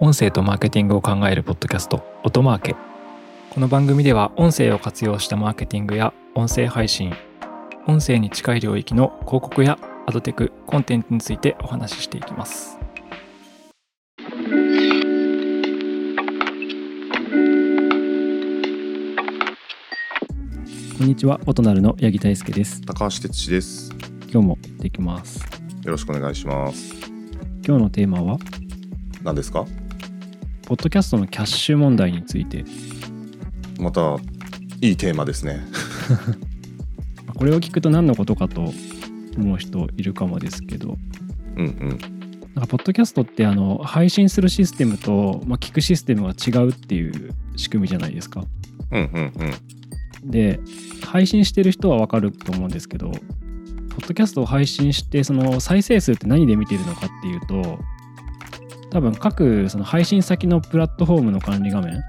音声とマーケティングを考えるポッドキャスト音マーケこの番組では音声を活用したマーケティングや音声配信音声に近い領域の広告やアドテクコンテンツについてお話ししていきますこんにちは音なるの八木大輔です高橋哲司です。よ今日も行ってきますろしくお願いします。今日のテーマは何ですかポッドキャストのキャッシュ問題についてまたいいテーマですね。 これを聞くと何のことかと思う人いるかもですけどうんうん。なんかポッドキャストってあの配信するシステムと、まあ、聞くシステムが違うっていう仕組みじゃないですか。うんうんうん。で配信してる人は分かると思うんですけどポッドキャストを配信してその再生数って何で見てるのかっていうと多分各その配信先のプラットフォームの管理画面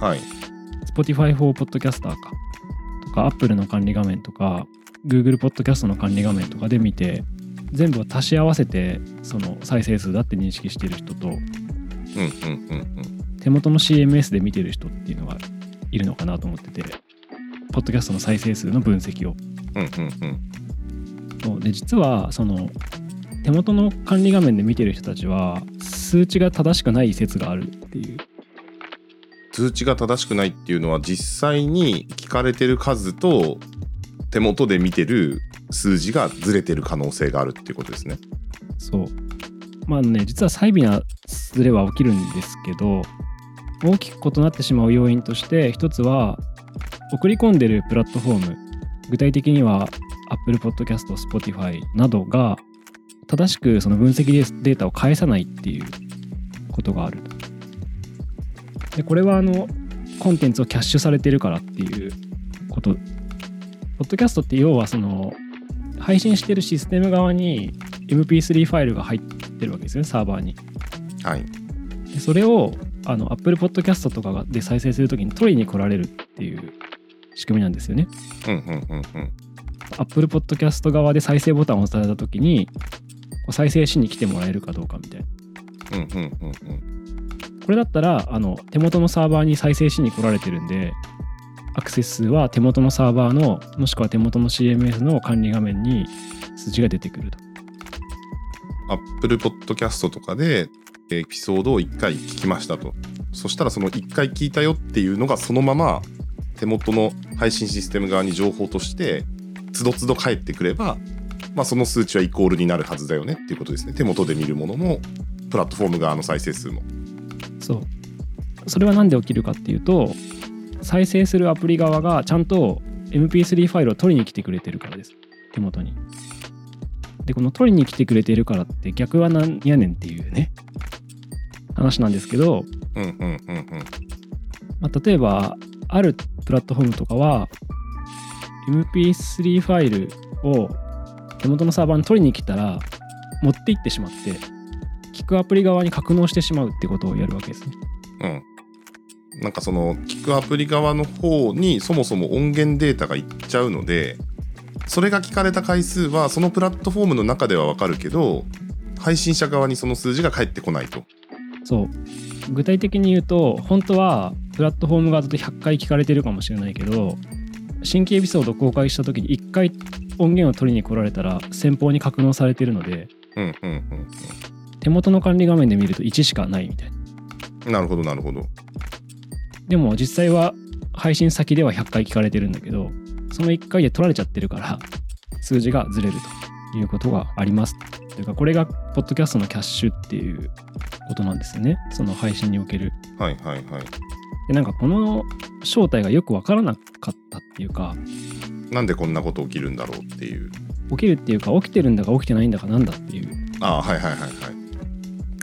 はい。 Spotify for Podcaster かとか Apple の管理画面とか Google Podcast の管理画面とかで見て全部を足し合わせてその再生数だって認識してる人とうんうんうん手元の CMS で見てる人っていうのがいるのかなと思っててポッドキャストの再生数の分析をうん。うんうんうん。で実はその手元の管理画面で見てる人たちは数値が正しくない説があるっていう通知が正しくないっていうのは実際に聞かれてる数と手元で見てる数字がずれてる可能性があるっていうことですね。そうまあね実は細微なズレは起きるんですけど大きく異なってしまう要因として一つは送り込んでるプラットフォーム具体的には Apple Podcast、Spotify などが正しくその分析デーデータを返さないっていうことがあるとでこれはあのコンテンツをキャッシュされてるからっていうことポッドキャストって要はその配信してるシステム側に MP3 ファイルが入ってるわけですよねサーバーにはい。でそれをあの Apple Podcast とかで再生するときに取りに来られるっていう仕組みなんですよねうんうんうんうん。 Apple Podcast 側で再生ボタンを押されたときにこう再生しに来てもらえるかどうかみたいなうんうんうんうん。これだったらあの手元のサーバーに再生しに来られてるんでアクセス数は手元のサーバーのもしくは手元の CMS の管理画面に数字が出てくると Apple Podcast とかでエピソードを1回聞きましたと。そしたらその1回聞いたよっていうのがそのまま手元の配信システム側に情報としてつどつど返ってくれば、まあ、その数値はイコールになるはずだよねっていうことですね。手元で見るものもプラットフォーム側の再生数も。そうそれは何で起きるかっていうと再生するアプリ側がちゃんと MP3 ファイルを取りに来てくれてるからです手元にでこの取りに来てくれてるからって逆は何やねんっていうね話なんですけど、うんうんうんうん。まあ、例えばあるプラットフォームとかは MP3 ファイルを手元のサーバーに取りに来たら持って行ってしまって聞くアプリ側に格納してしまうってことをやるわけですねうん。なんかその聞くアプリ側の方にそもそも音源データがいっちゃうのでそれが聞かれた回数はそのプラットフォームの中ではわかるけど配信者側にその数字が返ってこないと。そう具体的に言うと本当はプラットフォーム側だと100回聞かれてるかもしれないけど新規エピソード公開した時に1回音源を取りに来られたら先方に格納されてるのでうんうん手元の管理画面で見ると1しかないみたいなうん。なるほどなるほど。でも実際は配信先では100回聞かれてるんだけどその1回で取られちゃってるから数字がずれるということがありますというかこれがポッドキャストのキャッシュっていうことなんですよねその配信におけるはいはいはい。でなんかこの正体がよく分からなかったっていうかなんでこんなこと起きるんだろうっていう。起きるっていうか起きてるんだか起きてないんだかなんだっていうああはいはいはいはい。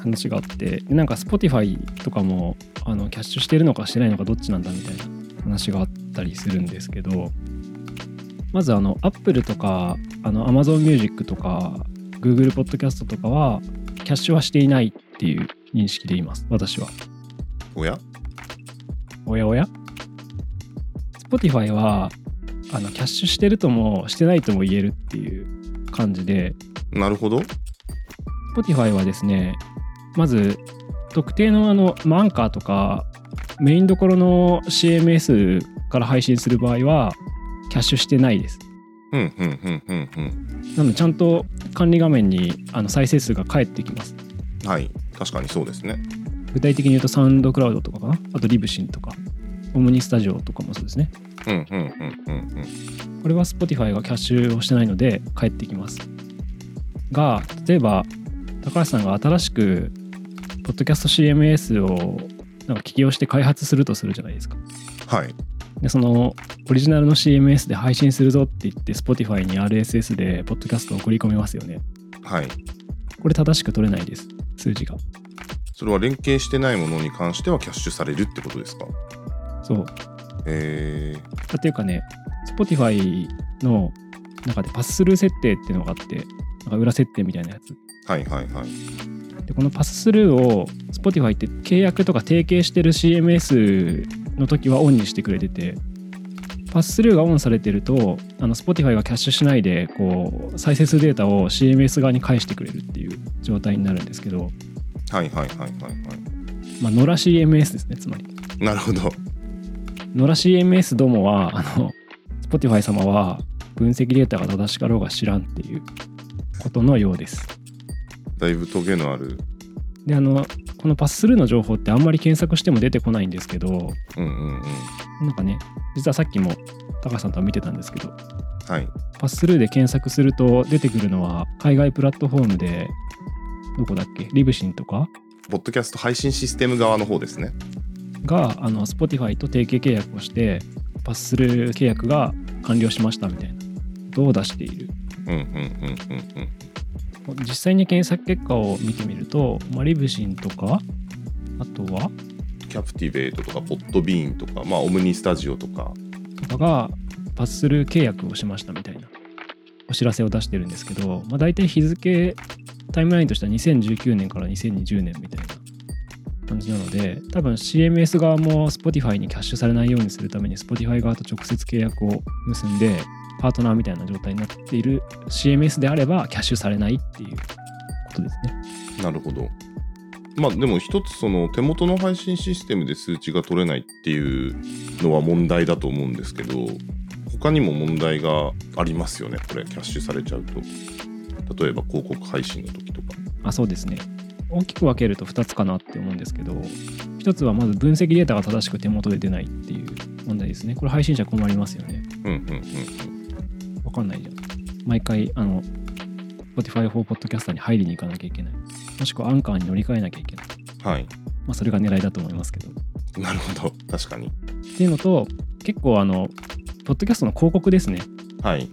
話があってでなんか Spotify とかもあのキャッシュしてるのかしてないのかどっちなんだみたいな話があったりするんですけどまずあの Apple とかあの Amazon Music とか Google Podcast とかはキャッシュはしていないっていう認識でいます私は。おやおやおや ?Spotify はあのキャッシュしてるともしてないとも言えるっていう感じでなるほど。 Spotify はですねまず特定のあの、まあアンカーとか、メインどころの CMS から配信する場合は、キャッシュしてないです。うんうんうんうんうんなので、ちゃんと管理画面にあの再生数が返ってきます。はい確かにそうですね具体的に言うと、サウンドクラウドとかかな、あとリブシンとか、オムニスタジオとかもそうですね。うんうんうんうんうんこれは Spotify がキャッシュをしてないので返ってきます。が、例えば、高橋さんが新しく、ポッドキャスト CMS をなんか起業して開発するとするじゃないですか。はいで、そのオリジナルの CMS で配信するぞって言って、Spotify に RSS でポッドキャストを送り込みますよね。はいこれ正しく取れないです、数字が。それは連携してないものに関してはキャッシュされるってことですかそう。えー、あっていうかね、Spotify の中でパススルー設定っていうのがあって、なんか裏設定みたいなやつ。はいはいはいでこのパススルーを Spotify って契約とか提携してる CMS の時はオンにしてくれててパススルーがオンされてるとあの Spotify がキャッシュしないでこう再生数データを CMS 側に返してくれるっていう状態になるんですけど、はいはいはいはいはいまあ、野良 CMS ですねつまりなるほど野良 CMS どもはあの Spotify 様は分析データが正しかろうが知らんっていうことのようですだいぶトゲのあるであのこのパススルーの情報ってあんまり検索しても出てこないんですけどうんうんうんなんかね、実はさっきも高橋さんとは見てたんですけど、はいパススルーで検索すると出てくるのは、海外プラットフォームで、どこだっけ、リブシンとかポッドキャスト配信システム側の方ですねが、あの、Spotify と提携契約をして、パススルー契約が完了しましたみたいなことを出している。うんうんうんうんうん実際に検索結果を見てみると、まあ、リブシンとか、あとは、キャプティベイトとかポッドビーンとか、まあ、オムニスタジオとかとかがパススルー契約をしましたみたいなお知らせを出してるんですけど、まあ、大体日付タイムラインとしては2019年から2020年みたいな感じなので多分 CMS 側も Spotify にキャッシュされないようにするために Spotify 側と直接契約を結んでパートナーみたいな状態になっている CMS であればキャッシュされないっていうことですね。なるほどまあでも一つその手元の配信システムで数値が取れないっていうのは問題だと思うんですけど他にも問題がありますよねこれキャッシュされちゃうと例えば広告配信の時とかあそうですね大きく分けると2つかなって思うんですけど1つはまず分析データが正しく手元で出ないっていう問題ですねこれ配信者困りますよねうんうんうん分かんないじゃん毎回あの Spotify for Podcaster に入りに行かなきゃいけないもしくはアンカーに乗り換えなきゃいけない、うんはいまあ、それが狙いだと思いますけどっなるほど確かにていうのと結構あのポッドキャストの広告ですねはい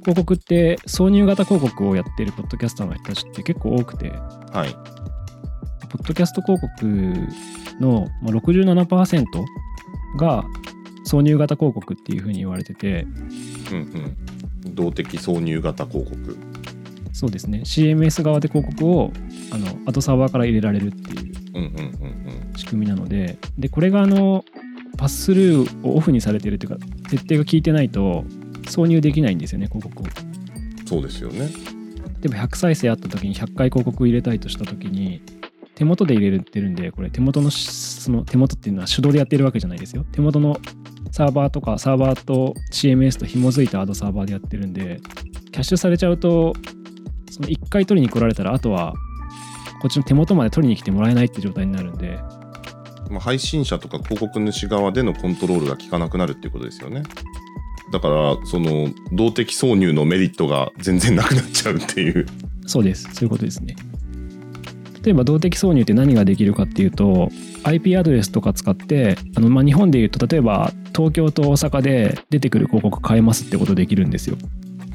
広告って挿入型広告をやってるポッドキャスターの人たちって結構多くてはいポッドキャスト広告のまあ67%が挿入型広告っていうふうに言われてて、うんうん動的挿入型広告そうですね、CMS 側で広告をあの後サーバーから入れられるっていううんうんうん仕組みなので、でこれがあのパススルーをオフにされてるというか、設定が効いてないと挿入できないんですよね、広告を。うんそうですよね例えば100再生あった時に100回広告入れたいとした時に手元で入れてるんでこれ手元のしその手元っていうのは手動でやってるわけじゃないですよ手元のサーバーとかサーバーと CMS と紐づいたアドサーバーでやってるんでキャッシュされちゃうとその1回取りに来られたらあとはこっちの手元まで取りに来てもらえないって状態になるんでまあ、配信者とか広告主側でのコントロールが効かなくなるっていうことですよね。だから、その、動的挿入のメリットが全然なくなっちゃうっていう。そうですそういうことですね例えば動的挿入って何ができるかっていうと IP アドレスとか使ってあの、まあ、日本でいうと例えば東京と大阪で出てくる広告変えますってことできるんですよ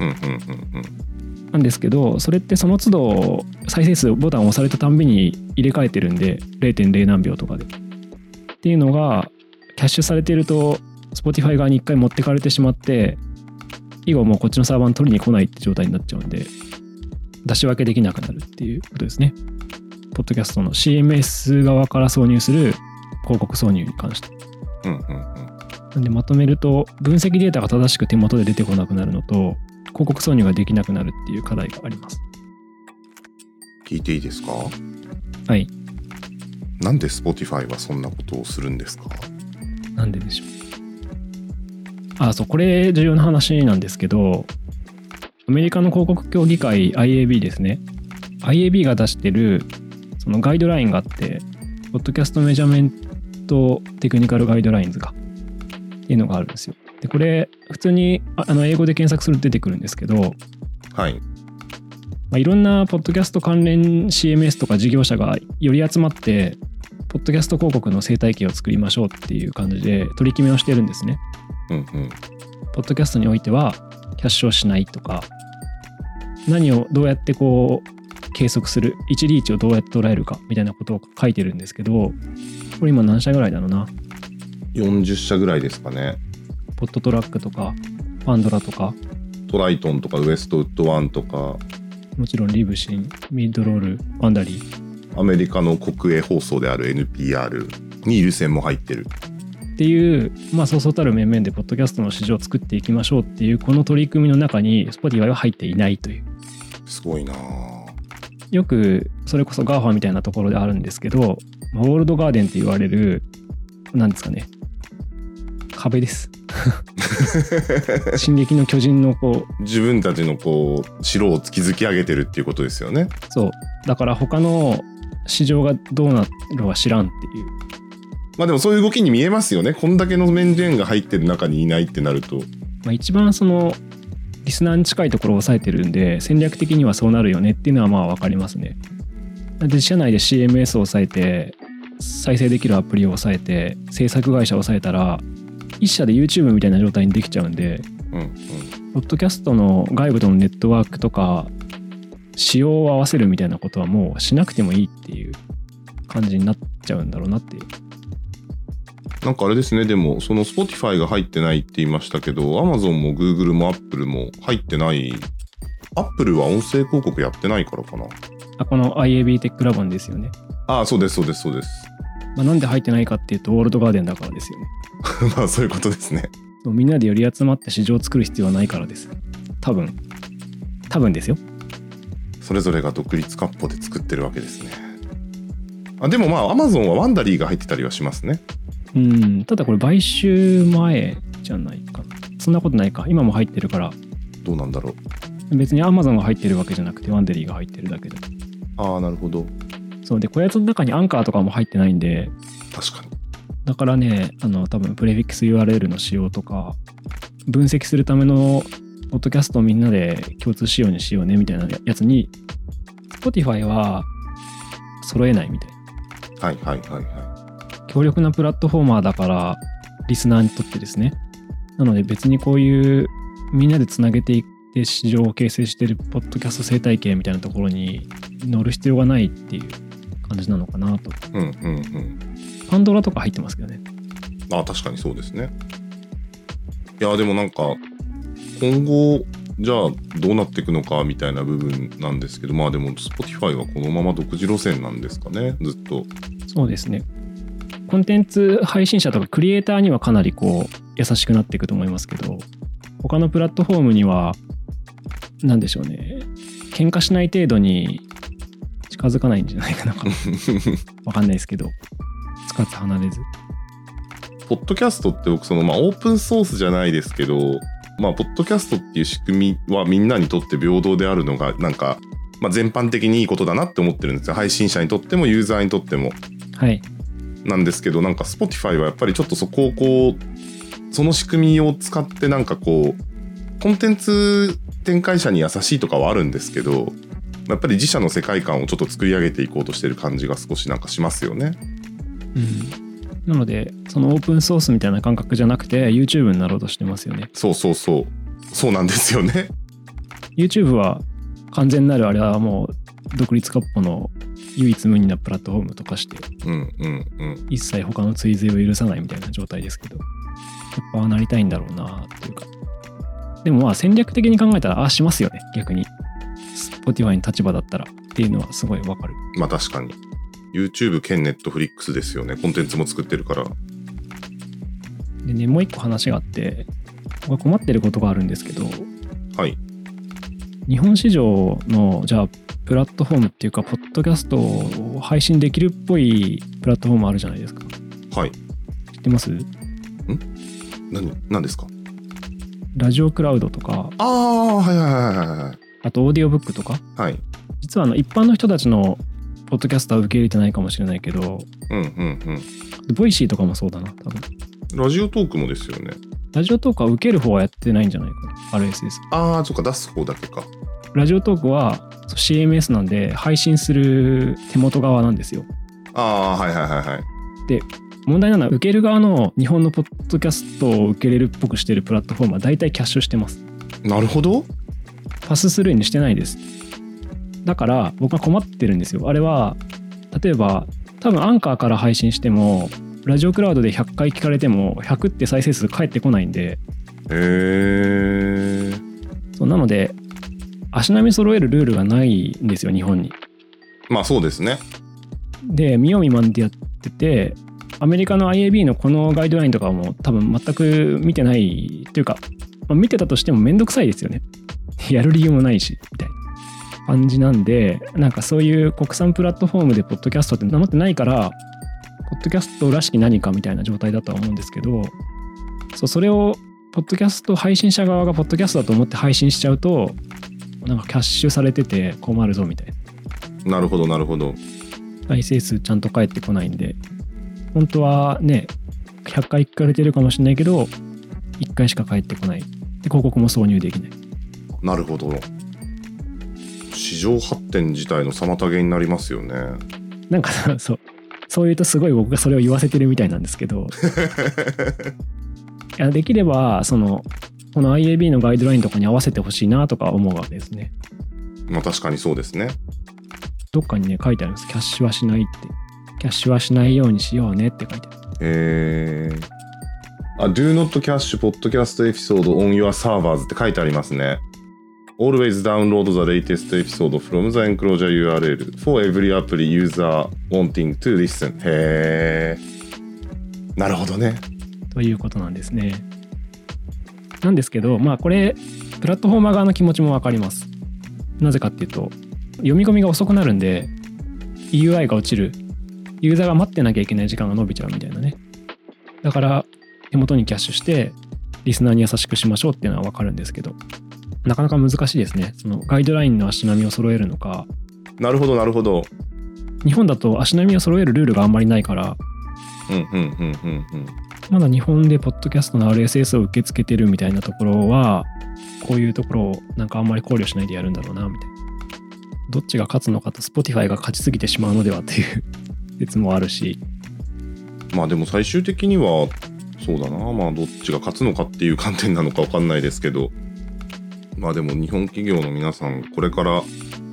うんうんうんうん。なんですけどそれってその都度再生数ボタンを押されたたんびに入れ替えてるんで0.0何秒とかでっていうのがキャッシュされてると Spotify 側に1回持ってかれてしまって以後もうこっちのサーバーに取りに来ないって状態になっちゃうんで出し分けできなくなるっていうことですねポッドキャストの CMS 側から挿入する広告挿入に関してうんうんうん。なんでまとめると分析データが正しく手元で出てこなくなるのと広告挿入ができなくなるっていう課題があります聞いていいですかはいなんで Spotify はそんなことをするんですかなんででしょうあそうこれ重要な話なんですけどアメリカの広告協議会 IAB ですね IAB が出してるそのガイドラインがあってポッドキャストメジャメントテクニカルガイドラインズかっていうのがあるんですよでこれ普通にああの英語で検索すると出てくるんですけどはい。まあ、いろんなポッドキャスト関連 CMS とか事業者がより集まってポッドキャスト広告の生態系を作りましょうっていう感じで取り決めをしてるんですね。うんうん。ポッドキャストにおいてはキャッシュをしないとか何をどうやってこう計測する1リーチをどうやって捉えるかみたいなことを書いてるんですけどこれ今何社ぐらいだろうな40社ぐらいですかね。ポッドトラックとかパンドラとかトライトンとかウエストウッドワンとか、もちろんリブシンミッドロールワンダリーアメリカの国営放送である NPR に優先も入ってる。っていう、まあ、そうそうたる面々でポッドキャストの市場を作っていきましょうっていうこの取り組みの中に Spotify は入っていないというすごいなぁよくそれこそ GAFA みたいなところであるんですけど、まあ、ウォールドガーデンって言われるなんですかね壁です「進撃の巨人」のこう自分たちのこう城を築き上げてるっていうことですよね。そうだから他の市場がどうなるは知らんっていうまあでもそういう動きに見えますよね。こんだけの面々が入ってる中にいないってなると。まあ、一番そのリスナーに近いところを抑えてるんで戦略的にはそうなるよねっていうのはまあ分かりますね。で自社内で CMS を抑えて再生できるアプリを抑えて制作会社を抑えたら一社で YouTube みたいな状態にできちゃうんでうんうん。ポッドキャストの外部とのネットワークとか仕様を合わせるみたいなことはもうしなくてもいいっていう感じになっちゃうんだろうなっていうなんかあれですね。でもその Spotify が入ってないって言いましたけど、Amazon も Google も Apple も入ってない。Apple は音声広告やってないからかな。あこの IAB テックラボンですよね、ああ、そうですそうですそうです。 まあ、なんで入ってないかっていうとウォールドガーデンだからですよねまあそういうことですね。そうみんなで寄り集まって市場を作る必要はないからです多分多分ですよそれぞれが独立割歩で作ってるわけですね。あでもまあ Amazon はワンダリーが入ってたりはしますね。うんただこれ買収前じゃないかなそんなことないか今も入ってるからどうなんだろう。別に Amazon が入ってるわけじゃなくてワンデリーが入ってるだけでああなるほど。そうでこやつの中にアンカーとかも入ってないんで確かに。だからねあの多分プレフィックス URL の仕様とか分析するためのポッドキャストをみんなで共通仕様にしようねみたいなやつに Spotify は揃えないみたいなはいはいはいは強力なプラットフォーマーだからリスナーにとってですねなので別にこういうみんなでつなげていって市場を形成してるポッドキャスト生態系みたいなところに乗る必要がないっていう感じなのかなとい。うんうんうん。パンドラとか入ってますけどねああ確かにそうですね。いやでもなんか今後じゃあどうなっていくのかみたいな部分なんですけどまあでも Spotify はこのまま独自路線なんですかねずっと。そうですねコンテンツ配信者とかクリエイターにはかなりこう優しくなっていくと思いますけど他のプラットフォームには何でしょうね喧嘩しない程度に近づかないんじゃないか なわかんないですけど、使って離れず。ポッドキャストって僕そのまあオープンソースじゃないですけどまあポッドキャストっていう仕組みはみんなにとって平等であるのがなんか、まあ、全般的にいいことだなって思ってるんですよ配信者にとってもユーザーにとってもはい。なんですけどなんか Spotify はやっぱりちょっとそこをこうその仕組みを使ってなんかこうコンテンツ展開者に優しいとかはあるんですけどやっぱり自社の世界観をちょっと作り上げていこうとしてる感じが少しなんかしますよね。うん。なので、そのオープンソースみたいな感覚じゃなくて、YouTube になろうとしてますよね。そうそうそうそうなんですよね。 YouTube は完全なるあれはもう、独立カッポの唯一無二なプラットフォームとかして、うんうんうん。一切他の追随を許さないみたいな状態ですけど、やっぱああなりたいんだろうなっていうか。でもまあ戦略的に考えたら、ああしますよね、逆に。Spotify の立場だったらっていうのはすごいわかる。まあ確かに。YouTube 兼 Netflix ですよね。コンテンツも作ってるから。でね、もう一個話があって、僕は困ってることがあるんですけど、はい。日本市場の、じゃあ、プラットフォームっていうか、ポッドキャストをう配信できるっぽいプラットフォームあるじゃないですか。はい。知ってます何、何ですかラジオクラウドとか、ああ、はいはいはいはいはい。あとオーディオブックとか、はい。実はあの一般の人たちのポッドキャスターを受け入れてないかもしれないけど、うんうんボイシーとかもそうだな、多分。うん。ラジオトークもですよね。ラジオトークは受ける方はやってないんじゃないかな、RSS。ああ、そっか、出す方だけか。ラジオトークはそう CMS なんで、配信する手元側なんですよ。ああ、はいはいはいはい。問題なのは、受ける側の日本のポッドキャストを受けれるっぽくしてるプラットフォームは大体キャッシュしてます。なるほど。パススルーにしてないです。だから、僕は困ってるんですよ。あれは、例えば、多分アンカーから配信しても、ラジオクラウドで100回聞かれても、100って再生数返ってこないんで、へえ。そうなので足並み揃えるルールがないんですよ日本に。まあそうですね。で見よう見まねでやっててアメリカの IAB のこのガイドラインとかも多分全く見てないというか、まあ見てたとしてもめんどくさいですよね。 やる理由もないしみたいな感じなんでなんかそういう国産プラットフォームでポッドキャストって名乗ってないからポッドキャストらしき何かみたいな状態だとは思うんですけどそうそれをポッドキャスト配信者側がポッドキャストだと思って配信しちゃうとなんかキャッシュされてて困るぞみたいななるほどなるほど。再生数ちゃんと返ってこないんで本当はね100回聞かれてるかもしれないけど1回しか返ってこないで広告も挿入できないなるほど。市場発展自体の妨げになりますよね。なんかさ そうそう言うとすごい僕がそれを言わせてるみたいなんですけどいやできればそのこの IAB のガイドラインとかに合わせてほしいなとか思うわけですねまあ確かにそうですね。どっかにね書いてあるんですキャッシュはしないってキャッシュはしないようにしようねって書いてあるえー。あ、Do not cache podcast episode on your servers って書いてありますね。Always download the latest episode from the enclosure URL for every app user wanting to listen. へー。なるほどね。ということなんですねなんですけどまあこれプラットフォーマー側の気持ちもわかりますなぜかっていうと読み込みが遅くなるんで UI が落ちるユーザーが待ってなきゃいけない時間が伸びちゃうみたいなねだから手元にキャッシュしてリスナーに優しくしましょうっていうのはわかるんですけどなかなか難しいですねそのガイドラインの足並みを揃えるのかなるほど、なるほど。日本だと足並みを揃えるルールがあんまりないからうん、うん、うん、うん、うん。まだ日本でポッドキャストの RSS を受け付けてるみたいなところは、こういうところをなんかあんまり考慮しないでやるんだろうな、みたいな。どっちが勝つのかと Spotify が勝ちすぎてしまうのではっていう説もあるし、まあでも最終的にはそうだなまあどっちが勝つのかっていう観点なのかわかんないですけどまあでも日本企業の皆さんこれから、ま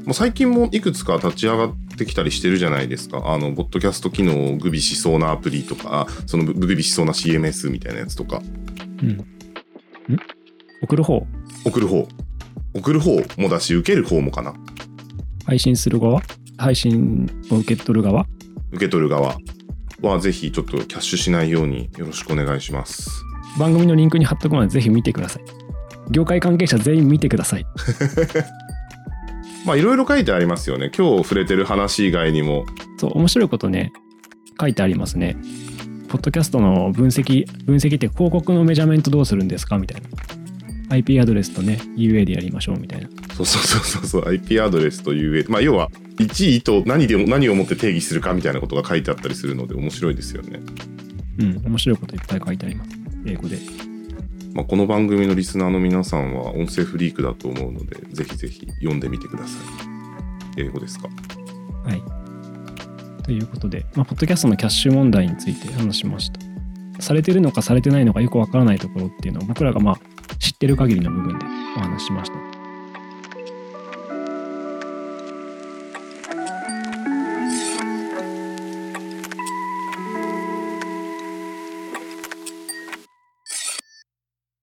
あ、最近もいくつか立ち上がってきたりしてるじゃないですかあのポッドキャスト機能をグビしそうなアプリとかそのグビしそうな CMS みたいなやつとかうん。ん送る方送る方送る方もだし受ける方もかな配信する側配信を受け取る側受け取る側はぜひちょっとキャッシュしないようによろしくお願いします番組のリンクに貼っとくのでぜひ見てください。業界関係者全員見てください。まあいろいろ書いてありますよね今日触れてる話以外にもそう、面白いことね、書いてありますね。ポッドキャストの分析、分析って広告のメジャーメントどうするんですかみたいな。IP アドレスとね、UA でやりましょうみたいな。そうそうそうそうそう IP アドレスという上まあ要は1位と何でも何をもって定義するかみたいなことが書いてあったりするので面白いですよね、うん、面白いこといっぱい書いてあります。英語で。まあ、この番組のリスナーの皆さんは音声フリークだと思うのでぜひぜひ読んでみてください英語ですかはい。ということで、まあ、ポッドキャストのキャッシュ問題について話しました。されてるのかされてないのかよくわからないところっていうのを僕らがまあ知ってる限りの部分でお話ししました。